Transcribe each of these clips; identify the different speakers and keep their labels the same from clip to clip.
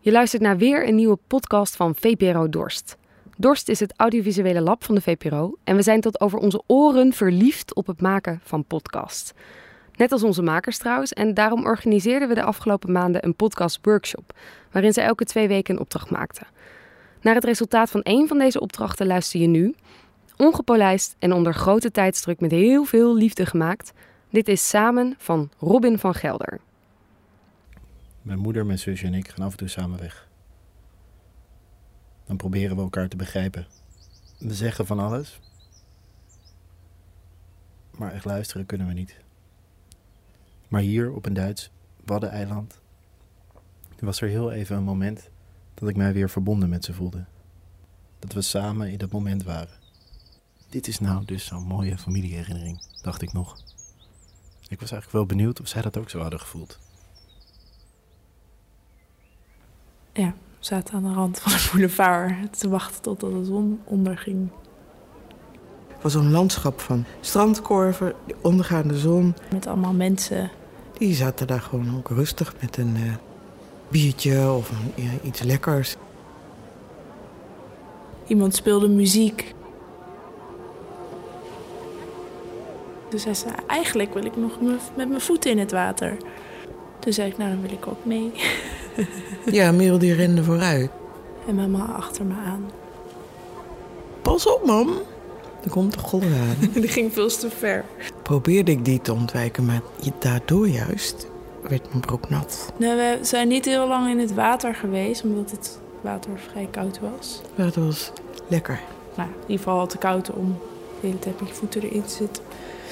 Speaker 1: Je luistert naar weer een nieuwe podcast van VPRO Dorst. Dorst is het audiovisuele lab van de VPRO en we zijn tot over onze oren verliefd op het maken van podcasts. Net als onze makers trouwens, en daarom organiseerden we de afgelopen maanden een podcast-workshop, waarin ze elke twee weken een opdracht maakten. Naar het resultaat van één van deze opdrachten luister je nu. Ongepolijst en onder grote tijdsdruk met heel veel liefde gemaakt. Dit is Samen van Robin van Gelder.
Speaker 2: Mijn moeder, mijn zusje en ik gaan af en toe samen weg. Dan proberen we elkaar te begrijpen. We zeggen van alles. Maar echt luisteren kunnen we niet. Maar hier op een Duits Waddeneiland was er heel even een moment dat ik mij weer verbonden met ze voelde. Dat we samen in dat moment waren. Dit is nou dus zo'n mooie familieherinnering, dacht ik nog. Ik was eigenlijk wel benieuwd of zij dat ook zo hadden gevoeld.
Speaker 3: We zaten aan de rand van de boulevard te wachten totdat de zon onderging.
Speaker 4: Het was een landschap van strandkorven, de ondergaande zon.
Speaker 3: Met allemaal mensen.
Speaker 4: Die zaten daar gewoon ook rustig met een eh, biertje of een, ja, iets lekkers.
Speaker 3: Iemand speelde muziek. Toen Dus zei ze, eigenlijk wil ik nog me- met mijn voeten in het water. Toen zei ik, nou dan wil ik ook mee.
Speaker 4: Ja, Merel die rende vooruit.
Speaker 3: En mama achter me aan.
Speaker 4: Pas op, mam. Er komt de golf aan.
Speaker 3: Die ging veel te ver.
Speaker 4: Probeerde ik die te ontwijken, maar daardoor juist werd mijn broek nat.
Speaker 3: Nou, we zijn niet heel lang in het water geweest, omdat het water vrij koud was.
Speaker 4: Maar dat was lekker.
Speaker 3: Nou, in ieder geval te koud om de hele tijd met je voeten erin te zitten.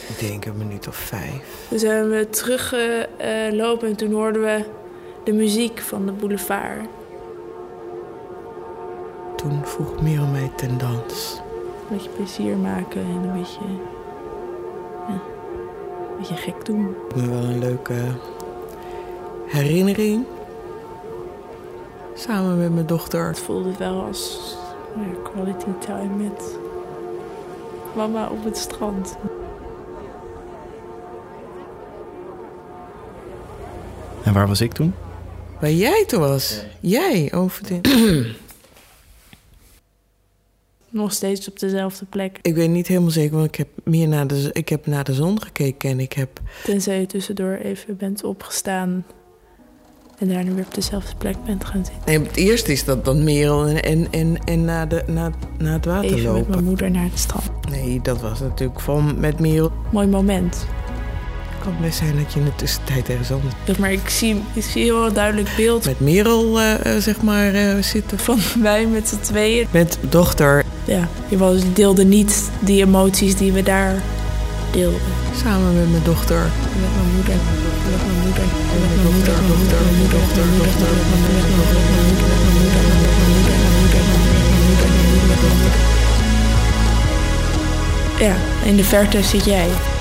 Speaker 4: Ik denk een minuut of vijf.
Speaker 3: Toen zijn we teruggelopen en toen hoorden we de muziek van de boulevard.
Speaker 4: Toen vroeg Merel mij ten dans.
Speaker 3: Een beetje plezier maken en een beetje, ja, een beetje gek doen.
Speaker 4: Ik me wel een leuke herinnering. Samen met mijn dochter.
Speaker 3: Het voelde wel als ja, quality time met mama op het strand.
Speaker 2: En waar was ik toen?
Speaker 4: Waar jij toen was. Jij oh, over
Speaker 3: Nog steeds op dezelfde plek.
Speaker 4: Ik weet niet helemaal zeker, want ik heb meer naar de, z- ik heb naar de zon gekeken en ik heb.
Speaker 3: Tenzij je tussendoor even bent opgestaan en daarna weer op dezelfde plek bent gaan zitten.
Speaker 4: Nee, het eerste is dat dan Merel en, en, en, en naar, de, naar, naar het water
Speaker 3: Even met
Speaker 4: lopen.
Speaker 3: mijn moeder naar het strand.
Speaker 4: Nee, dat was natuurlijk van met Merel.
Speaker 3: Mooi moment.
Speaker 4: Het kan best zijn dat je in de tussentijd ergens anders.
Speaker 3: Zeg maar, ik zie, ik zie heel duidelijk beeld
Speaker 4: Met Merel, eh, eh, zeg maar, eh, zitten.
Speaker 3: van wij met z'n tweeën.
Speaker 4: Met dochter
Speaker 3: Ja, je was, deelde niet die emoties die we daar deelden.
Speaker 4: Samen met mijn dochter.
Speaker 3: Met mijn moeder, met mijn moeder, met mijn
Speaker 4: Dochter,
Speaker 3: moeder,
Speaker 4: dochter,
Speaker 3: dochter,
Speaker 4: dochter,
Speaker 3: moeder,
Speaker 4: dochter, dochter.
Speaker 3: Ja, in de verte zit jij.